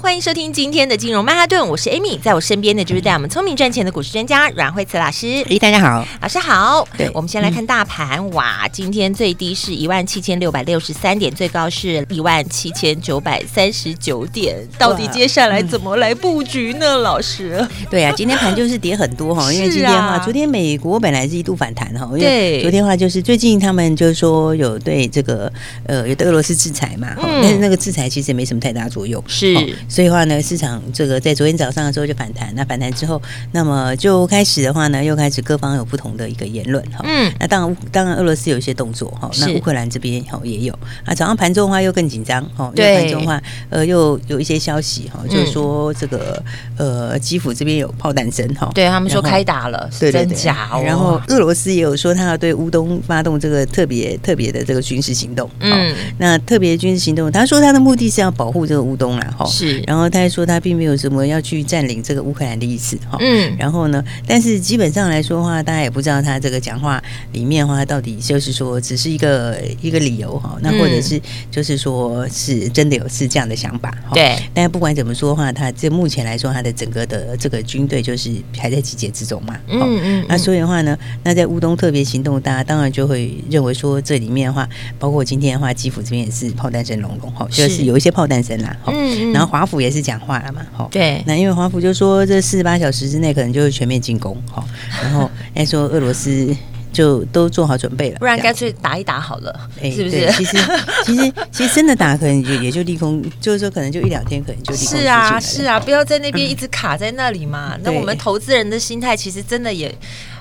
欢迎收听今天的金融曼哈顿，我是 Amy，在我身边的就是带我们聪明赚钱的股市专家阮慧慈老师。诶，大家好，老师好，对我们先来看大盘、哇，今天最低是一万七千六百六十三点，最高是一万七千九百三十九点，到底哇接下来怎么来布局呢？老师，对啊，今天盘就是跌很 多哈，因为是啊今天的话，昨天美国本来是一度反弹哈，因对为昨天的话就是最近他们就是说有对这个呃有对俄罗斯制裁嘛，哈嗯但是那个制裁其实也没什么太大作用，是哦所以的话呢，市场这个在昨天早上的时候就反弹，那反弹之后，那么就开始的话呢，又开始各方有不同的一个言论哈，嗯，那当然乌，当然俄罗斯有一些动作哈，那是乌克兰这边哈也有。那早上盘中的话又更紧张哈，因对嗯为盘中的话呃又有一些消息哈，就是说这个呃基辅这边有炮弹声哈，对他们说然后开打了，对是对真对假哦？然后俄罗斯也有说他要对乌东发动这个特别特别的这个军事行动，嗯，嗯，那特别军事行动，他说他的目的是要保护这个乌东啦哈，是，然后他还说他并没有什么要去占领这个乌克兰的意思哈，嗯，然后呢，但是基本上来说的话，大家也不知道他这个讲话里面的话到底就是说只是一个一个理由哈，那或者嗯是就是说是真的有是这样的想法哈。。对，但不管怎么说的话，他这目前来说，他的整个的这个军队就是还在集结之中嘛。嗯哈嗯，那嗯所以的话呢，那在乌东特别行动，大家当然就会认为说，这里面的话，包括今天的话，基辅这边也是炮弹声隆隆哈，就是是有一些炮弹声啦哈。嗯嗯哦然后华府也是讲话了嘛哈。对，那因为华府就说这四十八小时之内可能就是全面进攻哈，然 后再说俄罗斯就都做好准备了，不然这干样脆打一打好了，哎是不对是？其实其实其实真的打可能也也就利空，就是说可能就一两天可能就利空是啊，出是尽了。啊，不要在那边一直卡在那里 嘛。那对我们投资人的心态其实真的也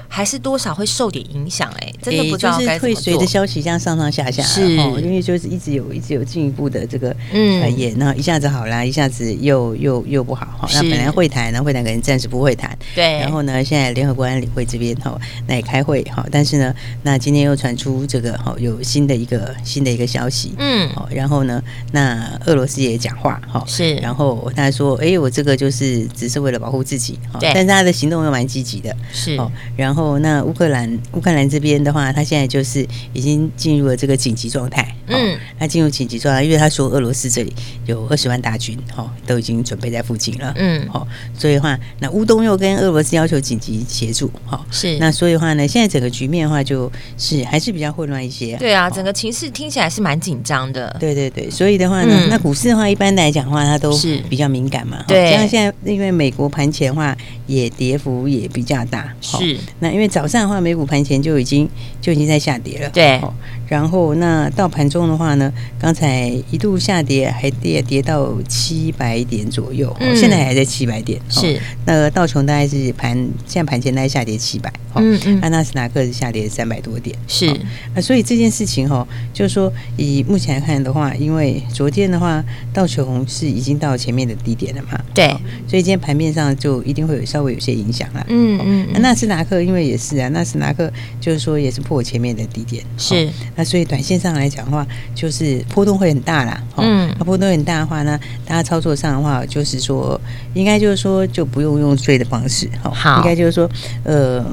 还是多少会受点影响，哎，真的哎不知就道是该怎会么随着做。消息这样上上下下啊，是哦因为就是一直有一直有进一步的这个嗯传言，然后一下子好啦，一下子又又又不好哈。那是本来会谈，然后会谈可能暂时不会谈，对，然后呢，现在联合国安理会这边哈，那也开会哈，但是呢，那今天又传出这个哈有新的一个新的一个消息，嗯，好，然后呢，那俄罗斯也讲话哈，是然后他说，哎，我这个就是只是为了保护自己，哈对但是他的行动又蛮积极的，是，哦，然后那乌克兰乌克兰这边的话，他现在就是已经进入了这个紧急状态。哦、嗯，他进入紧急状态，因为他说俄罗斯这里有二十万大军，哦，都已经准备在附近了。嗯哦，所以的话，那乌东又跟俄罗斯要求紧急协助，哦，是。那所以的话呢，现在整个局面的话，就是还是比较混乱一些。对啊，哦整个情势听起来是蛮紧张的。对对对，所以的话呢，嗯那股市的话，一般来讲的话，它都是比较敏感嘛。哈对像现在因为美国盘前的话，也跌幅也比较大。哈是那因为早上的话，美股盘前就已经就已经在下跌了。对哦然后那到盘中的话呢，刚才一度下跌，还跌跌到七百点左右，哦嗯现在还在七百点。哦是，那个道琼大概是盘现在盘前大概下跌七百，哦嗯嗯那纳斯达克是下跌三百多点，是哦那所以这件事情哈、哦，就是说以目前来看的话，因为昨天的话，道琼是已经到前面的低点了嘛，对哦所以今天盘面上就一定会有稍微有些影响啦。嗯嗯那嗯纳斯达克因为也是啊，纳斯达克就是说也是破前面的低点，哦是，那所以短线上来讲的话，就是波动会很大啦。哦、嗯那波动很大的话呢，大家操作上的话，就是说，应该就是说，就不用用追的方式。哦好应该就是说，呃，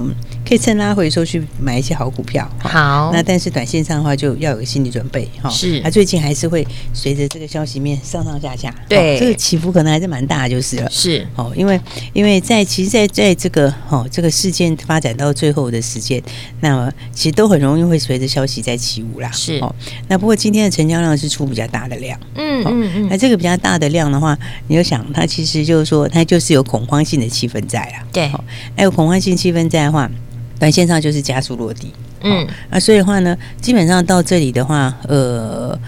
可以趁拉回的时候去买一些好股票。哦好那但是短线上的话，就要有个心理准备哈。是那最近还是会随着这个消息面上上下下，对哦这个起伏可能还是蛮大，就是了。是，哦，因为因为在其实在，在这个哦这个事件发展到最后的时间，那么其实都很容易会随着消息在起舞啦。是哦，那不过今天的成交量是出比较大的量，嗯哦嗯那嗯，这个比较大的量的话，你就想它其实就是说它就是有恐慌性的气氛在啦。对，哦，那有恐慌性气氛在的话，短线上就是加速落地。嗯啊，所以的话呢，基本上到这里的话，呃，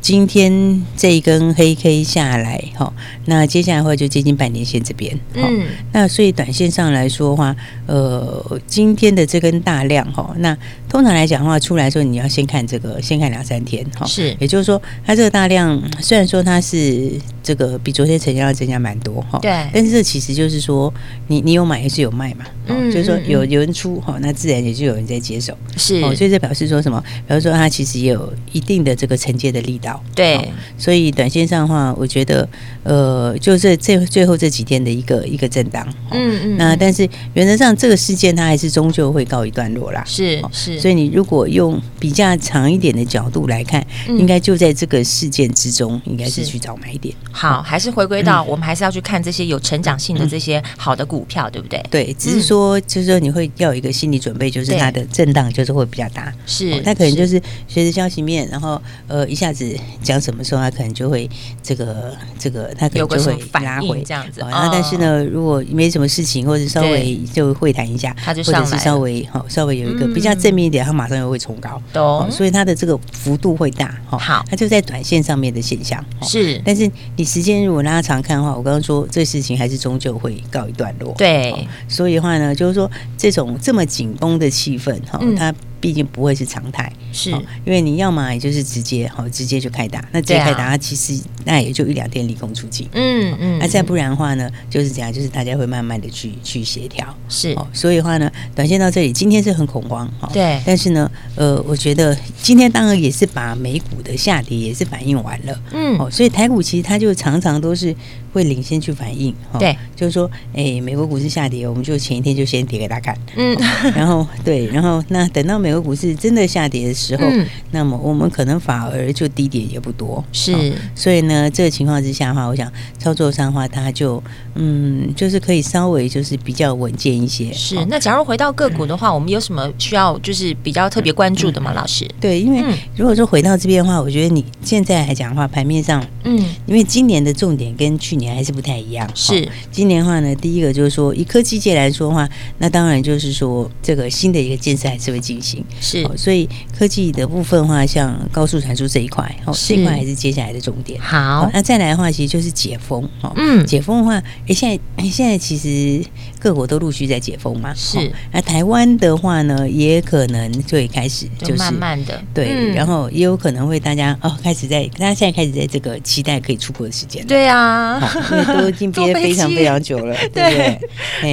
今天这一根黑 K 下来，哈，那接下来的话就接近半年线这边，哦哈嗯，那所以短线上来说的话，呃，今天的这根大量哈，那通常来讲的话，出来之后你要先看这个，先看两三天哈。是也就是说，它这个大量虽然说它是这个比昨天成交量增加蛮多哈，对但是这其实就是说，你你有买也是有卖嘛，哦嗯就是说嗯嗯有有人出哈，那自然也就有人在接手，是，哦，所以这表示说什么？表示说它其实也有一定的这个承接的力道，对哦，所以短线上的话，我觉得呃，就这这最后这几天的一个一个震荡，哦嗯嗯，那嗯但是原则上这个事件它还是终究会告一段落啦。是哦是，所以你如果用比较长一点的角度来看，嗯应该就在这个事件之中，应该是是去找买点。好，还是回归到嗯我们还是要去看这些有成长性的这些好的股票，对不对？对，只是说，就是说你会要有一个心理准备，就是嗯对它的震荡就是会比较大。是哦，那可能就是随着消息面，然后呃一下子讲什么时候，它可能就会这个这个，它可有能个就什会么拉反回应这样子。哦，那但是哦，呢，如果没什么事情，或者稍微就会谈一下，它就或上来者是了稍微好、哦、稍微有一个嗯比较正面一点，它马上又会冲高，懂所以它的这个幅度会大哈、好它就在短线上面的现象。哦是，但是你时间如果拉长看的话，我刚刚说这事情还是终究会告一段落。对，所以的话呢，就是说这种这么紧绷的气氛哈、嗯它毕竟不会是常态。是哦，因为你要买就是直接好、直接就开打，那直接对啊开打，它其实那也就一两天离空出尽。嗯嗯，哦那、再不然的话呢，就是这样，就是大家会慢慢的去去协调。是哦，所以的话呢，短线到这里，今天是很恐慌哈、哦。对但是呢，呃，我觉得今天当然也是把美股的下跌也是反映完了。嗯哦，所以台股其实它就常常都是会领先去反应，哦对，就是说，哎，美国股市下跌，我们就前一天就先跌给大 家看，嗯然后对，然后那等到美国股市真的下跌 的时候，嗯那么我们可能反而就低点也不多，哦是所以呢，这个情况之下的话，我想操作上的话，它就嗯，就是可以稍微就是比较稳健一些，是。哦那假如回到个股的话，我们有什么需要就是比较特别关注的吗？老师？对，因为嗯如果说回到这边的话，我觉得你现在来讲的话，盘面上嗯，因为今年的重点跟去年还是不太一样。是哦今年的话呢，第一个就是说，以科技界来说的话，那当然就是说这个新的一个建设还是会进行。是哦所以科技的部分的话，像高速传输这一块，哦，是这一块还是接下来的重点。好哦，那再来的话，其实就是解封。哦，嗯解封的话，诶，现在诶现在其实各国都陆续在解封嘛。是哦那台湾的话呢，也可能就会开始就慢慢的对，嗯然后也有可能会大家哦开始在大家现在开始在这个期待可以出国的时间了，哦对啊，因为都已经憋 坐飞非常机非常久 了，对不对？哎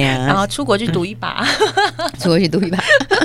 然呀，后出国去赌一把，啊出国去读一把。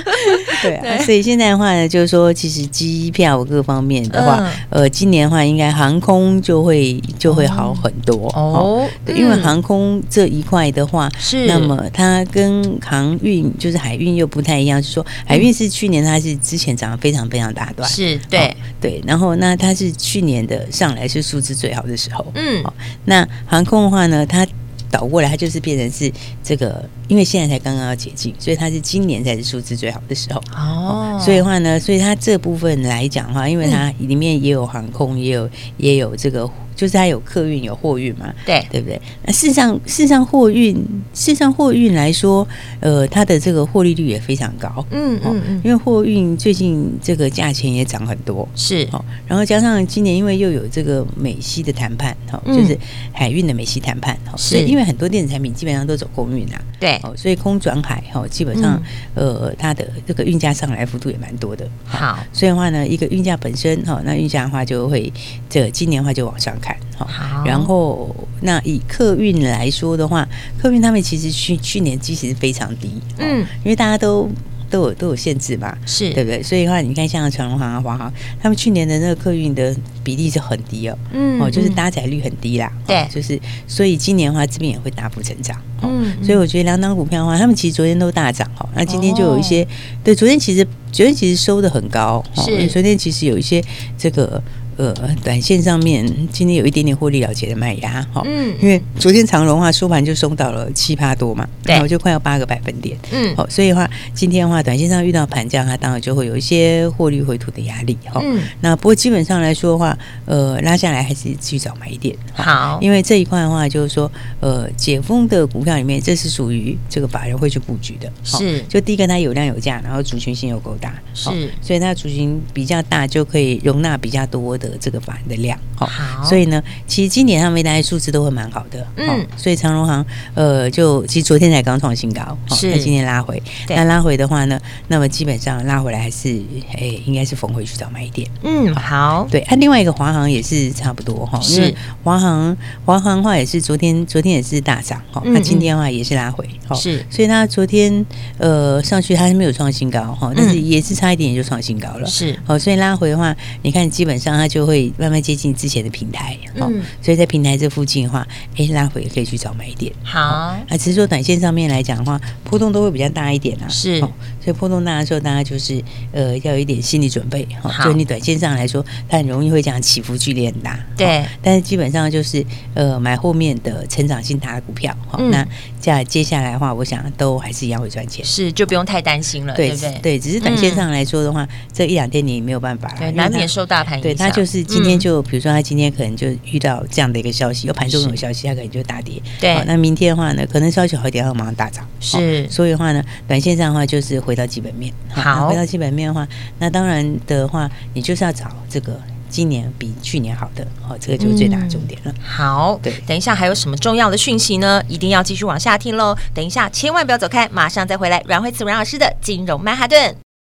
对啊，对所以现在的话呢，就是说，其实机票各方面的话，嗯呃，今年的话，应该航空就会就会好很多 哦。哦，对因为嗯航空这一块的话，是那么它跟航运就是海运又不太一样，是说海运是去年它是之前涨得非常非常大段，是对哦，对，然后那它是去年的上来是数字最好的时候，嗯哦那航空的话呢，它倒过来，它就是变成是这个，因为现在才刚刚要解禁，所以它是今年才是数字最好的时候。哦，嗯所以的话呢，所以它这部分来讲的话，因为它里面也有航空，也有也有这个，就是它有客运有货运嘛，对对不对？那事实上，事实上货运，事实上货运来说，呃，它的这个获利率也非常高，嗯哦嗯嗯因为货运最近这个价钱也涨很多，是好、然后加上今年因为又有这个美西的谈判，哈、嗯就是海运的美西谈判，哈、是哎所以因为很多电子产品基本上都走空运啊，对哦，所以空转海，哈、基本上、嗯呃，它的这个运价上来幅度也蛮多的，哈好所以的话呢，一个运价本身，哈、那运价的话就会，这个今年的话就往上看，哦哈、好，然后，那以客运来说的话，客运他们其实去去年基其实非常低，哦嗯，因为大家都都有都有限制嘛，是对不对？所以的话，你看像长荣航啊、华航，他们去年的那个客运的比例是很低哦，嗯哦，就是嗯搭载率很低啦，对哦就是所以今年的话，这边也会大幅成长，哦嗯嗯所以我觉得两档股票的话，他们其实昨天都大涨哦，那今天就有一些，对，昨天其实昨天其实收的很高，是因为昨天其实有一些这个呃短线上面今天有一点点获利了结的卖压，哈、哦，因嗯为昨天长荣的话收盘就松到了七八多嘛，对然后就快要八个百分点，嗯好、所以的话，今天的话，短线上遇到盘降，它当然就会有一些获利回吐的压力哈、嗯那不过基本上来说的话，呃，拉下来还是去找买点，好，哦因为这一块的话，就是说，呃，解封的股票里面，这是属于这个法人会去布局的，好是就第一个它有量有价，然后族群性又够大，好是所以它族群比较大，就可以容纳比较多的得这个板的量，好好，所以呢，其实今年他们大概数字都会蛮好的，嗯哦所以长荣行呃，就其实昨天才刚创新高，哦是那今天拉回，对那拉回的话呢，那么基本上拉回来还是哎、应该是逢回去找买点，嗯，好，对，它、啊另外一个华航也是差不多哈，是因为华航华航的话也是昨天昨天也是大涨哈，嗯那、今天的话也是拉回哈，是所以它昨天呃上去它是没有创新高哈，但是嗯也是差一点就创新高了。是，好，所以拉回的话，你看基本上它就会慢慢接近之前的平台，好、嗯所以在平台这附近的话，哎，拉回也可以去找买点。好，啊，只是说短线上面来讲的话，波动都会比较大一点啊。是哦所以波动大的时候，大家就是呃要有一点心理准备哈。好就你短线上来说，它很容易会讲起伏剧烈很大。对哦但是基本上就是呃买后面的成长性大的股票哈、嗯那接接下来的话，我想都还是一样会赚钱。是就不用太担心了，对不对？嗯对，只是短线上来说的话，这一两天你没有办法啦，对，因为难它免受大盘影响。对，它就是今天嗯就，比如说它今天可能就遇到这样的一个消息，有盘中是有消息，它可能就大跌。对好那明天的话呢，可能消息好一点，它马上大涨。是哦所以的话呢，短线上的话就是回到基本面。好那回到基本面的话，那当然的话，你就是要找这个今年比去年好的，哦，这个就是最大的重点嗯了。好对，等一下还有什么重要的讯息呢？一定要继续往下听喽。等一下千万不要走开，马上再回来。阮慧慈阮老师的金融曼哈顿。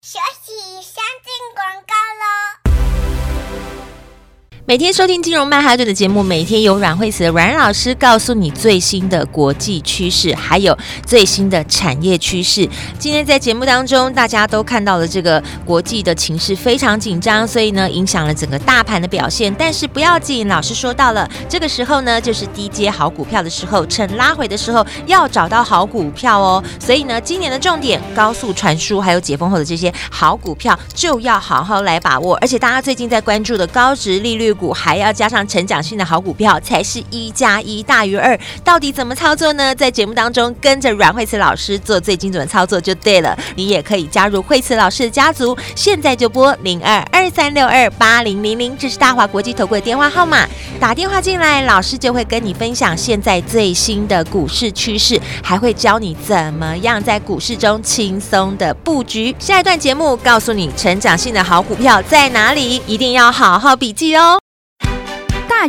学习相进广告喽。每天收听金融曼哈顿的节目，每天有阮慧慈、阮老师告诉你最新的国际趋势，还有最新的产业趋势。今天在节目当中，大家都看到了这个国际的情势非常紧张，所以呢，影响了整个大盘的表现。但是不要紧，老师说到了，这个时候呢，就是低阶好股票的时候，趁拉回的时候要找到好股票哦。所以呢，今年的重点，高速传输还有解封后的这些好股票，就要好好来把握。而且大家最近在关注的高值利率股，还要加上成长性的好股票，才是一加一大于二。到底怎么操作呢？在节目当中跟着阮慧慈老师做最精准的操作就对了。你也可以加入慧慈老师的家族，现在就拨零二二三六二八零零零，这是大华国际投顾的电话号码。打电话进来，老师就会跟你分享现在最新的股市趋势，还会教你怎么样在股市中轻松的布局。下一段节目告诉你成长性的好股票在哪里，一定要好好笔记哦。大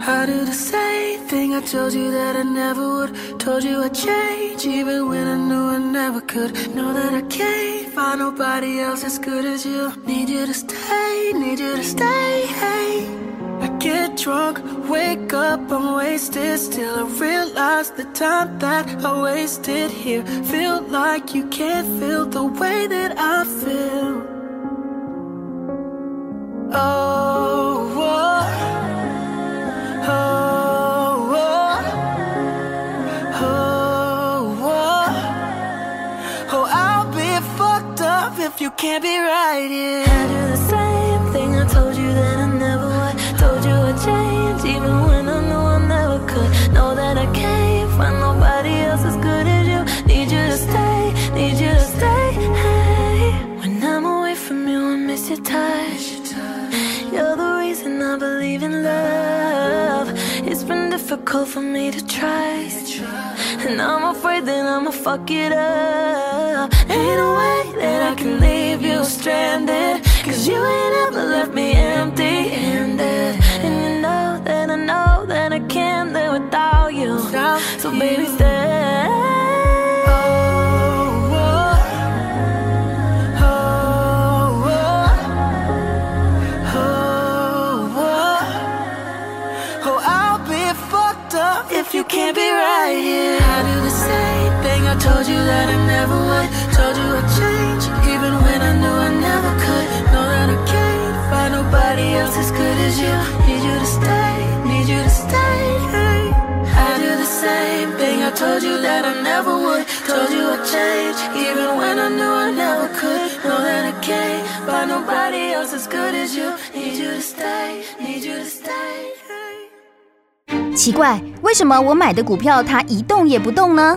I do the same thing I told you that I never would. Told you I'd change even when I knew I never could. Know that I can't find nobody else as good as you. Need you to stay, need you to stay. Hey. I get drunk, wake up, I'm wasted. Still, I realize the time that I wasted here. Feel like you can't feel the way that I feel. Oh, oh. Oh, oh, oh, oh. Oh, I'll be fucked up if you can't be right here. I do the same thing I told you that I never would. Told you I'd change even when I knew I never could. Know that I can't find nobody else as good as you. Need you to stay, need you to stay. When I'm away from you, I miss your touch. You're the reason I believe in love. It's been difficult for me to trust. And I'm afraid that I'ma fuck it up. Ain't no way that I can leave you stranded. Cause you ain't ever left me empty handed. And you know that I know that I can't live without you. So baby, stay. oh, oh, oh. Oh, oh, oh, I'll be fucked up if you can't be right here. I do the same thing I told you that I never would. Told you I'd change, even when I knew I never could. Know that I can't find nobody else as good as you. Need you to stay, need you to stay. I do the same same thing. I told you that I never would. Told you I'd change, even when I knew I never could. Know that I can't find nobody else as good as you. Need you to stay, need you to stay. 奇怪，为什么我买的股票它一动也不动呢？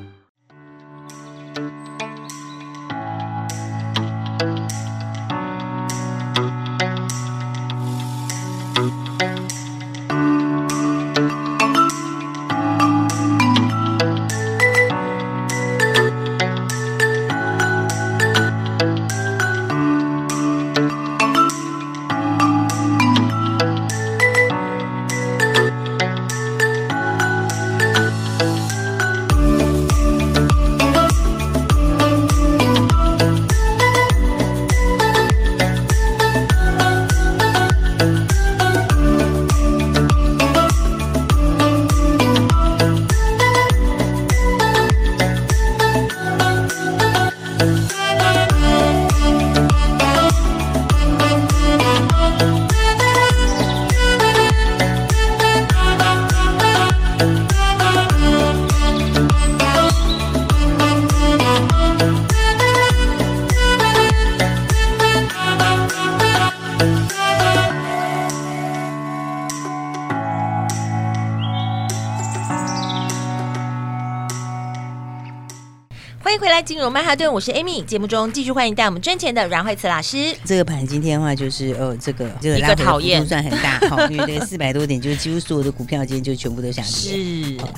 欢迎回来，金融曼哈顿，我是 Amy。节目中继续欢迎带我们赚钱的阮慧慈老师。这个盘今天的话，就是呃，这个这个一个拉回的讨幅厌度算很大 哈，因为这个四百多点，就是几乎所有的股票今天就全部都下跌。是，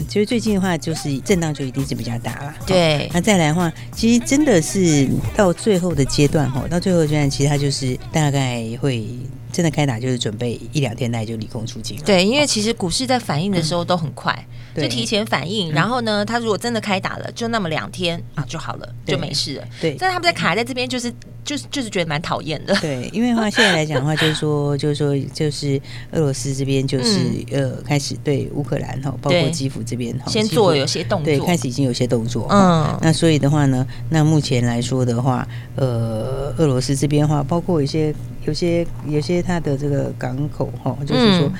其实最近的话，就是震荡就一定是比较大啦。对，那再来的话，其实真的是到最后的阶段哈，到最后的阶段，其实它就是大概会真的开打，就是准备一两天内就利空出尽了。对，因为其实股市在反应的时候都很快，就对提前反应。然后呢，它如果真的开打了，就那么两天啊就好了，对就没事了。对但是他们在卡在这边，就是就是就是觉得蛮讨厌的。对，因为的话现在来讲的话，就 是说，就是说，就是俄罗斯这边就是、呃开始对乌克兰哈，包括嗯对基辅这边哈， 先基辅做有些动对，作开，始已经有些动作。嗯，嗯，那所以的话呢，那目前来说的话，呃，俄罗斯这边的话，包括一些、有些、有些它的这个港口哈，就是说。嗯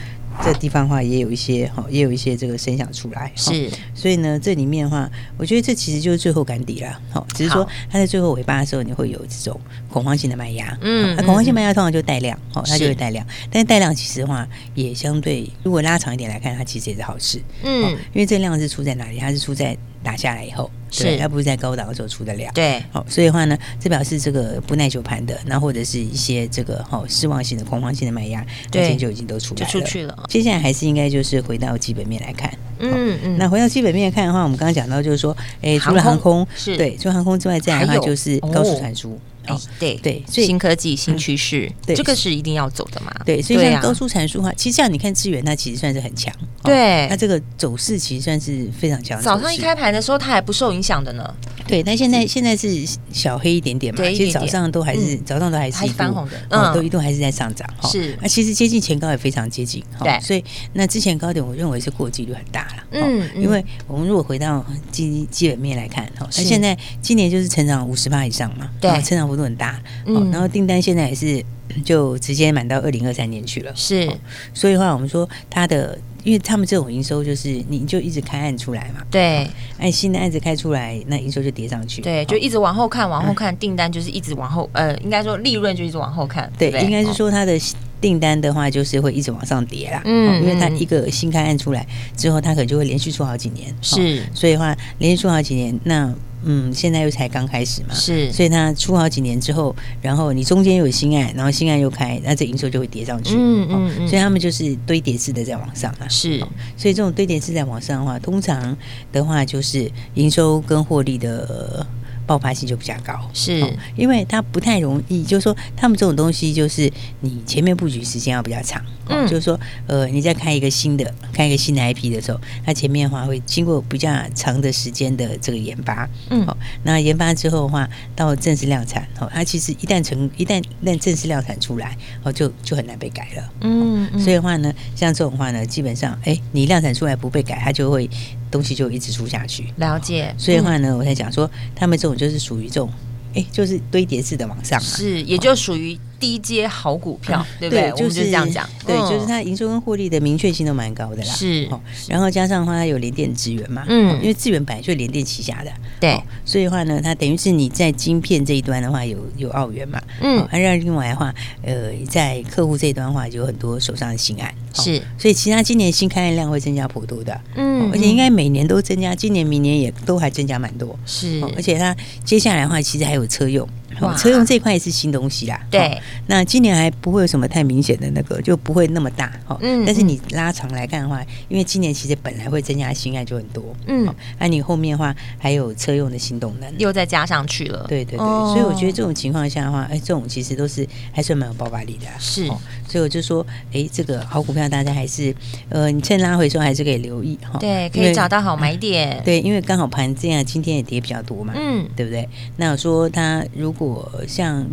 这地方的话也有一些哈，也有一些这个声响出来，哈是所以呢，这里面的话，我觉得这其实就是最后赶底啦。好，只是说好它在最后尾巴的时候，你会有这种恐慌性的卖压。嗯那、嗯恐慌性卖压通常就带量，好，它就是会带量。但是带量其实的话，也相对如果拉长一点来看，它其实也是好事。哦嗯，因为这量是出在哪里？它是出在打下来以后，是对它不是在高档的时候出的量。对，好、所以的话呢，这表示这个不耐久盘的，那或者是一些这个好、失望性的、恐慌性的卖压，它对今天就已经都出来就了。出去了。接下来还是应该就是回到基本面来看。嗯嗯，那回到基本面看的话，我们刚刚讲到就是说，哎，除航了航空空，是对，除了航空之外，再来的还话有就是高哦速传输。哎哦，对对所以嗯新科技、新趋势，对这个是一定要走的嘛？对，所以对像啊高速传输的话，其实像你看资源，它其实算是很强。哦对它这个走势其实算是哦非常强的走势。早上一开盘的时候，它还不受影响的呢，对，但现在现在是小黑一点点嘛，对其一实点早点上都还是、早上都还还是是一度翻红的哦嗯都一度还是在上涨哈。是那、其实接近前高也非常接近，哈对所以那之前高点我认为是过几率很大了，哦嗯嗯因为我们如果回到基基本面来看，哈，那是现在今年就是成长五十趴以上嘛，对哦成长幅度很大，哦嗯，然后订单现在也是嗯就直接满到二零二三年去了，是所以的话我们说它的。因为他们这种营收就是，你就一直开案出来嘛，对按新的案子开出来，那营收就叠上去。对，哦就一直往后看，往后嗯看，订单就是一直往后，呃，应该说利润就一直往后看，对不，对应该是，说它的订单的话，就是会一直往上叠啦。嗯哦因为它嗯一个新开案出来之后，它可能就会连续出好几年。哦哦是所以的话，连续出好几年，那嗯，现在又才刚开始嘛，是所以它出好几年之后，然后你中间有新案，然后新案又开，那这营收就会叠上去，嗯哦嗯嗯所以他们就是堆叠式的在往上啊，是所以这种堆叠式在往上的话，通常的话就是营收跟获利的。呃爆发性就比较高，是哦因为它不太容易，就是说他们这种东西，就是你前面布局时间要比较长，哦嗯就是说呃，你在开一个新的开一个新的 IP 的时候，它前面的话会经过比较长的时间的这个研发，嗯哦，那研发之后的话，到正式量产，哦，它其实一旦成一旦一旦正式量产出来，哦，就就很难被改了。嗯嗯所以的话呢，像这种话呢，基本上，哎，你量产出来不被改，它就会东西就一直出下去。了解，所以的嗯话呢，我才讲说，他们这种就是属于这种，哎，就是堆叠式的往上啊。是也就属于低阶好股票，对不对？我嗯就们是就这样讲，对，嗯就是它营收跟获利的明确性都蛮高的啦。是哦，然后加上的话，它有联电资源嘛，嗯哦因为资源本来就联电旗下的，对哦，所以的话呢，它等于是你在晶片这一端的话有有澳元嘛，嗯哦，那让另外的话，呃，在客户这一端的话有很多手上的新案，哦是，所以其他今年新开案量会增加颇多的，嗯哦而且应该每年都增加，今年明年也都还增加蛮多。是哦，而且它接下来的话，其实还有车用，哇哦、车用这一块也是新东西啦。对哦那今年还不会有什么太明显的那个，就不会那么大哈。哦嗯但是你拉长来看的话，因为今年其实本来会增加新案就很多，嗯哦那、你后面的话还有车用的新动能。又再加上去了，对对对，哦所以我觉得这种情况下的话，哎，这种其实都是还算蛮有爆发力的、啊。是所以我就说，哎，这个好股票大家还是，呃，你趁拉回的时候还是可以留意哈。对，可因以为找到好买点，对，因为刚好盘这样，今天也跌比较多嘛，嗯对不对？那我说它如果像，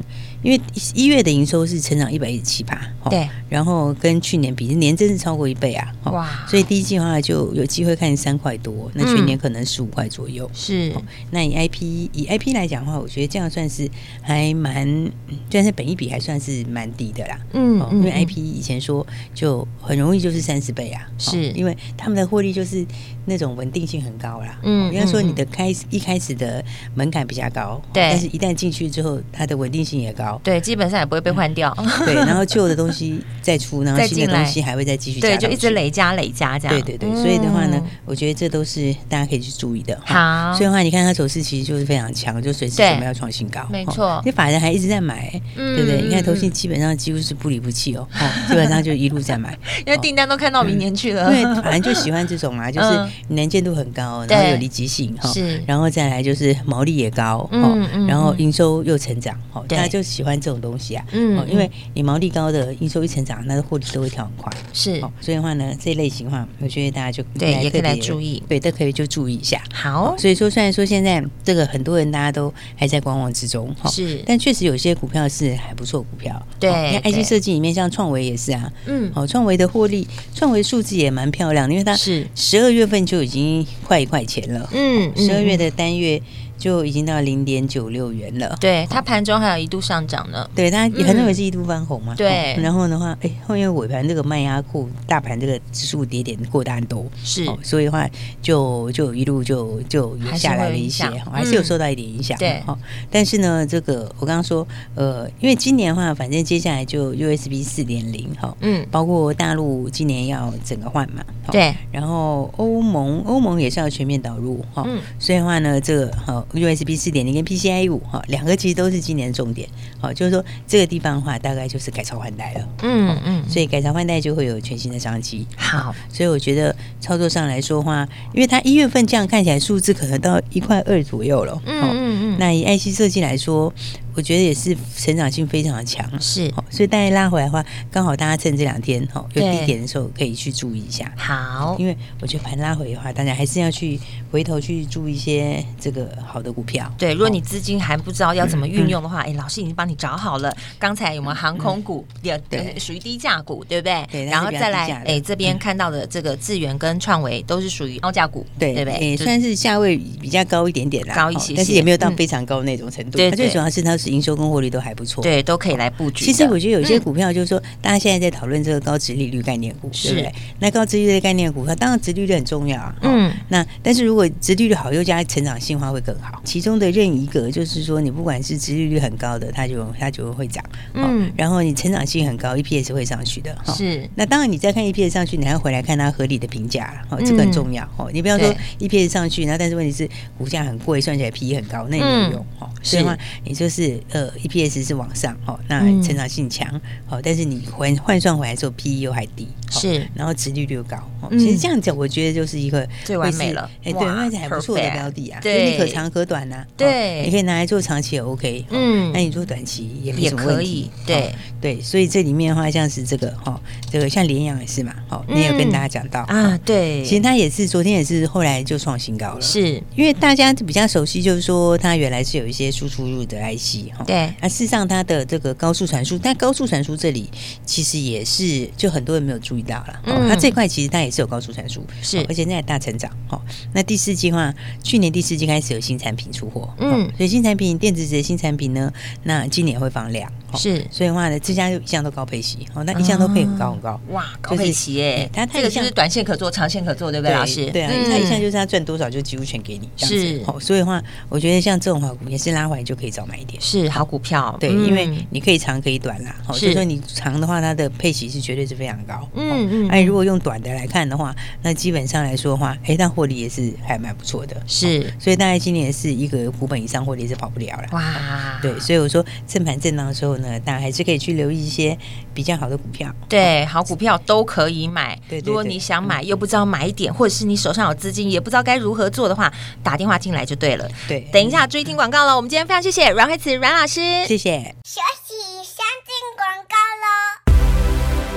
因为一月的营收是成长一百一十七趴，哦对，然后跟去年比，年增是超过一倍啊，哦哇嗯所以第一季的话就有机会看三块多，那去年可能十五块左右。是哦那以 IP 以 IP 来讲的话，我觉得这样算是还蛮，虽然是本益比还算是蛮低的啦，嗯哦，嗯因为嗯 IP 以前说就很容易就是三十倍啊，哦是因为他们的获利就是那种稳定性很高啦。嗯哦应该说嗯你的开一开始的门槛比较高，哦对但是一旦进去之后，它的稳定性也高。对，基本上也不会被换掉，对，然后旧的东西再出，然 后再新的进来东西还会再继续 加对，上去，就一直累加累加这样，对对对，所以的话呢嗯，我觉得这都是大家可以去注意的。好所以的话，你看它走势其实就是非常强，就随时对准备要创新高，没哦错那法人还一直在买，嗯对不对？嗯你看投信嗯，基本上几乎是不离不弃哦，哦基本上就一路在买 因为订单都看到明年去了，因为反正就喜欢这种啊，就是嗯能见度很高，对然后有离即性 哈是，然后再来就是毛利也高，嗯哦嗯然后嗯营收又成长，哦，对大家就喜欢这种东西啊，嗯哦因为你毛利高的营收一成长，那个获利都会跳很快，是哦，所以的话呢，这类型的话，我觉得大家就对也可以特别来注意对，都可以就注意一下。好所以说，虽然说现在这个很多人大家都还在观望之中，哈是但确实有些股票是还不错的股票。对哦你看对 IC 设计里面像创维也是啊，嗯哦，创维的获利，创维数字也蛮漂亮的，因为它是十二月份就已经快一块钱了，嗯十二月的的单月就已经到零点九六元了。对它盘中还有一度上涨呢，对，它也很多人是一度翻红嘛。嗯对哦然后的话，哎，后面尾盘这个卖压库大盘这个指数跌点过大很多，是哦，所以的话就就一路就就还是下来会有了一影些，响哦还是有嗯受到一点影响。对哦，但是呢，这个我刚刚说，呃，因为今年的话，反正接下来就 USB 四点零哈，嗯包括大陆今年要整个换嘛，哦对，然后欧盟欧盟也是要全面导入哈，嗯所以的话呢，这个哈 USB 四点零跟 PCIe 五哈两个其实都是今年重点，好，就是说这个地方的话，大概就是改朝换代了，嗯嗯所以改朝换代就会有全新的商机。好所以我觉得操作上来说的话，因为它一月份这样看起来数字可能到一块二左右了，嗯哦嗯嗯那以 IC 设计来说，我觉得也是成长性非常的强，是哦所以大家拉回来的话，刚好大家趁这两天哦有对低点的时候可以去注意一下。好因为我觉得盘拉回的话，大家还是要去回头去注意一些这个好嗯的股票。对，如果你哦资金还不知道要怎么运用的话，哎、老师已经帮你找好了。刚才有没有航空股，也、嗯对属于低价股，对不对？对然它后是比较再低来价，的嗯哎，这边看到的这个智源跟创维都是属于高价股，对对哎不对？也就算是价位比较高一点点啦，高一哦些但是些也没有到嗯非常高那种程度。对它最对主要是它是实营收跟获利都还不错。。对，都可以来布局的。其实我觉得有些嗯股票，就是说、大家现在在讨论这个高值利率概念股，对不是对？那高值利率的概念股，它当然值利率很重要啊。哦嗯那但是如果值利率好，又加成长性化会更好。其中的任一个，就是说你不管是值利率很高的，它就它就会涨。哦嗯然后你成长性很高，EPS 会上去的。哦哈是那当然，你再看 EPS 上去，你还要回来看它合理的评价啦，嗯哦，这个很重要哦。你不要说 EPS 上去，然后但是问题是股价很贵，算起来 PE 很高，嗯那也没有用哦。所以的话，你就是呃 EPS 是往上哦，那嗯成长性强哦，但是你换换算回来之后 PE 又还低，哦是然后殖利率又高。哦嗯其实这样讲，我觉得就是一个最完美了会是哎，哇对，那是还不错的 perfect 标的啊，对因为你可长可短呐，哦对你可以拿来做长期也 OK，哦嗯那你做短期也没也什么可问题以，，对哦对，所以这里面的话，像是这个哈、哦，这个像联阳也是嘛，哦，你有跟大家讲到、啊，对，其实它也是昨天也是后来就创新高了，是因为大家比较熟悉，就是说它原来是有一些输出入的 IC 哈、对那、事实上它的这个高速传输，但高速传输这里其实也是就很多人没有注意到了，哦嗯它这块其实它也是有高速传输，是哦而且那也大成长，哦，那第四季的话，去年第四季开始有新产品出货，嗯哦所以新产品电子纸的新产品呢，那今年会放量，哦是所以的话呢，这家就一向都高配息，哦，啊那一向都配很高很高，哇，高就是佩奇耶嗯，它它这个一就项是短线可做，长线可做，对不对，老师？对啊，嗯他一项就是他赚多少就几乎全给你，这样是子。哦，所以的话，我觉得像这种好股也是拉回来就可以早买一点。是好股票，对，嗯因为你可以长可以短啦，哦，是就是说你长的话，它的配息是绝对是非常高，嗯哦嗯哎，如果用短的来看的话，那基本上来说的话，哎，但获利也是还蛮不错的，哦是啊所以大概今年是一个股本以上获利是跑不了了，哇，对，所以我说正盘震荡的时候呢，大家还是可以去留意一些比较好的股票，对，好股票都可以买。对对如果对嗯你想买又不知道买点，或者是你手上有资金也不知道该如何做的话，打电话进来就对了。对，等一，下注意听广告了。我们今天非常谢谢阮慧慈阮老师，谢谢。休息，先进广告喽。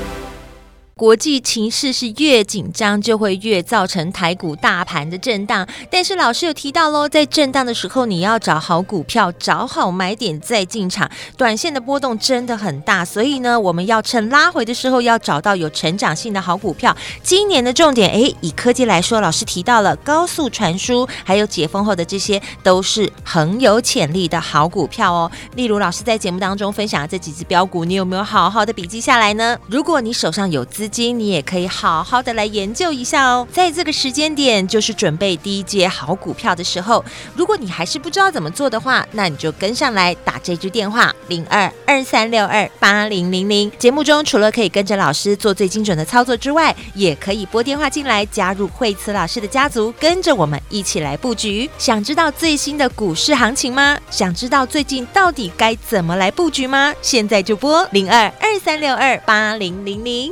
国际情势是越紧张，就会越造成台股大盘的震荡。但是老师有提到喽，在震荡的时候，你要找好股票，找好买点再进场。短线的波动真的很大，所以呢，我们要趁拉回的时候，要找到有成长性的好股票。今年的重点，诶，以科技来说，老师提到了高速传输，还有解封后的这些，都是很有潜力的好股票哦。例如，老师在节目当中分享的这几只标股，你有没有好好的笔记下来呢？如果你手上有资金，你也可以好好的来研究一下哦。在这个时间点，就是准备第一阶好股票的时候。如果你还是不知道怎么做的话，那你就跟上来打这支电话零二二三六二八零零零。节目中除了可以跟着老师做最精准的操作之外，也可以拨电话进来加入惠慈老师的家族，跟着我们一起来布局。想知道最新的股市行情吗？想知道最近到底该怎么来布局吗？现在就拨零二二三六二八零零零。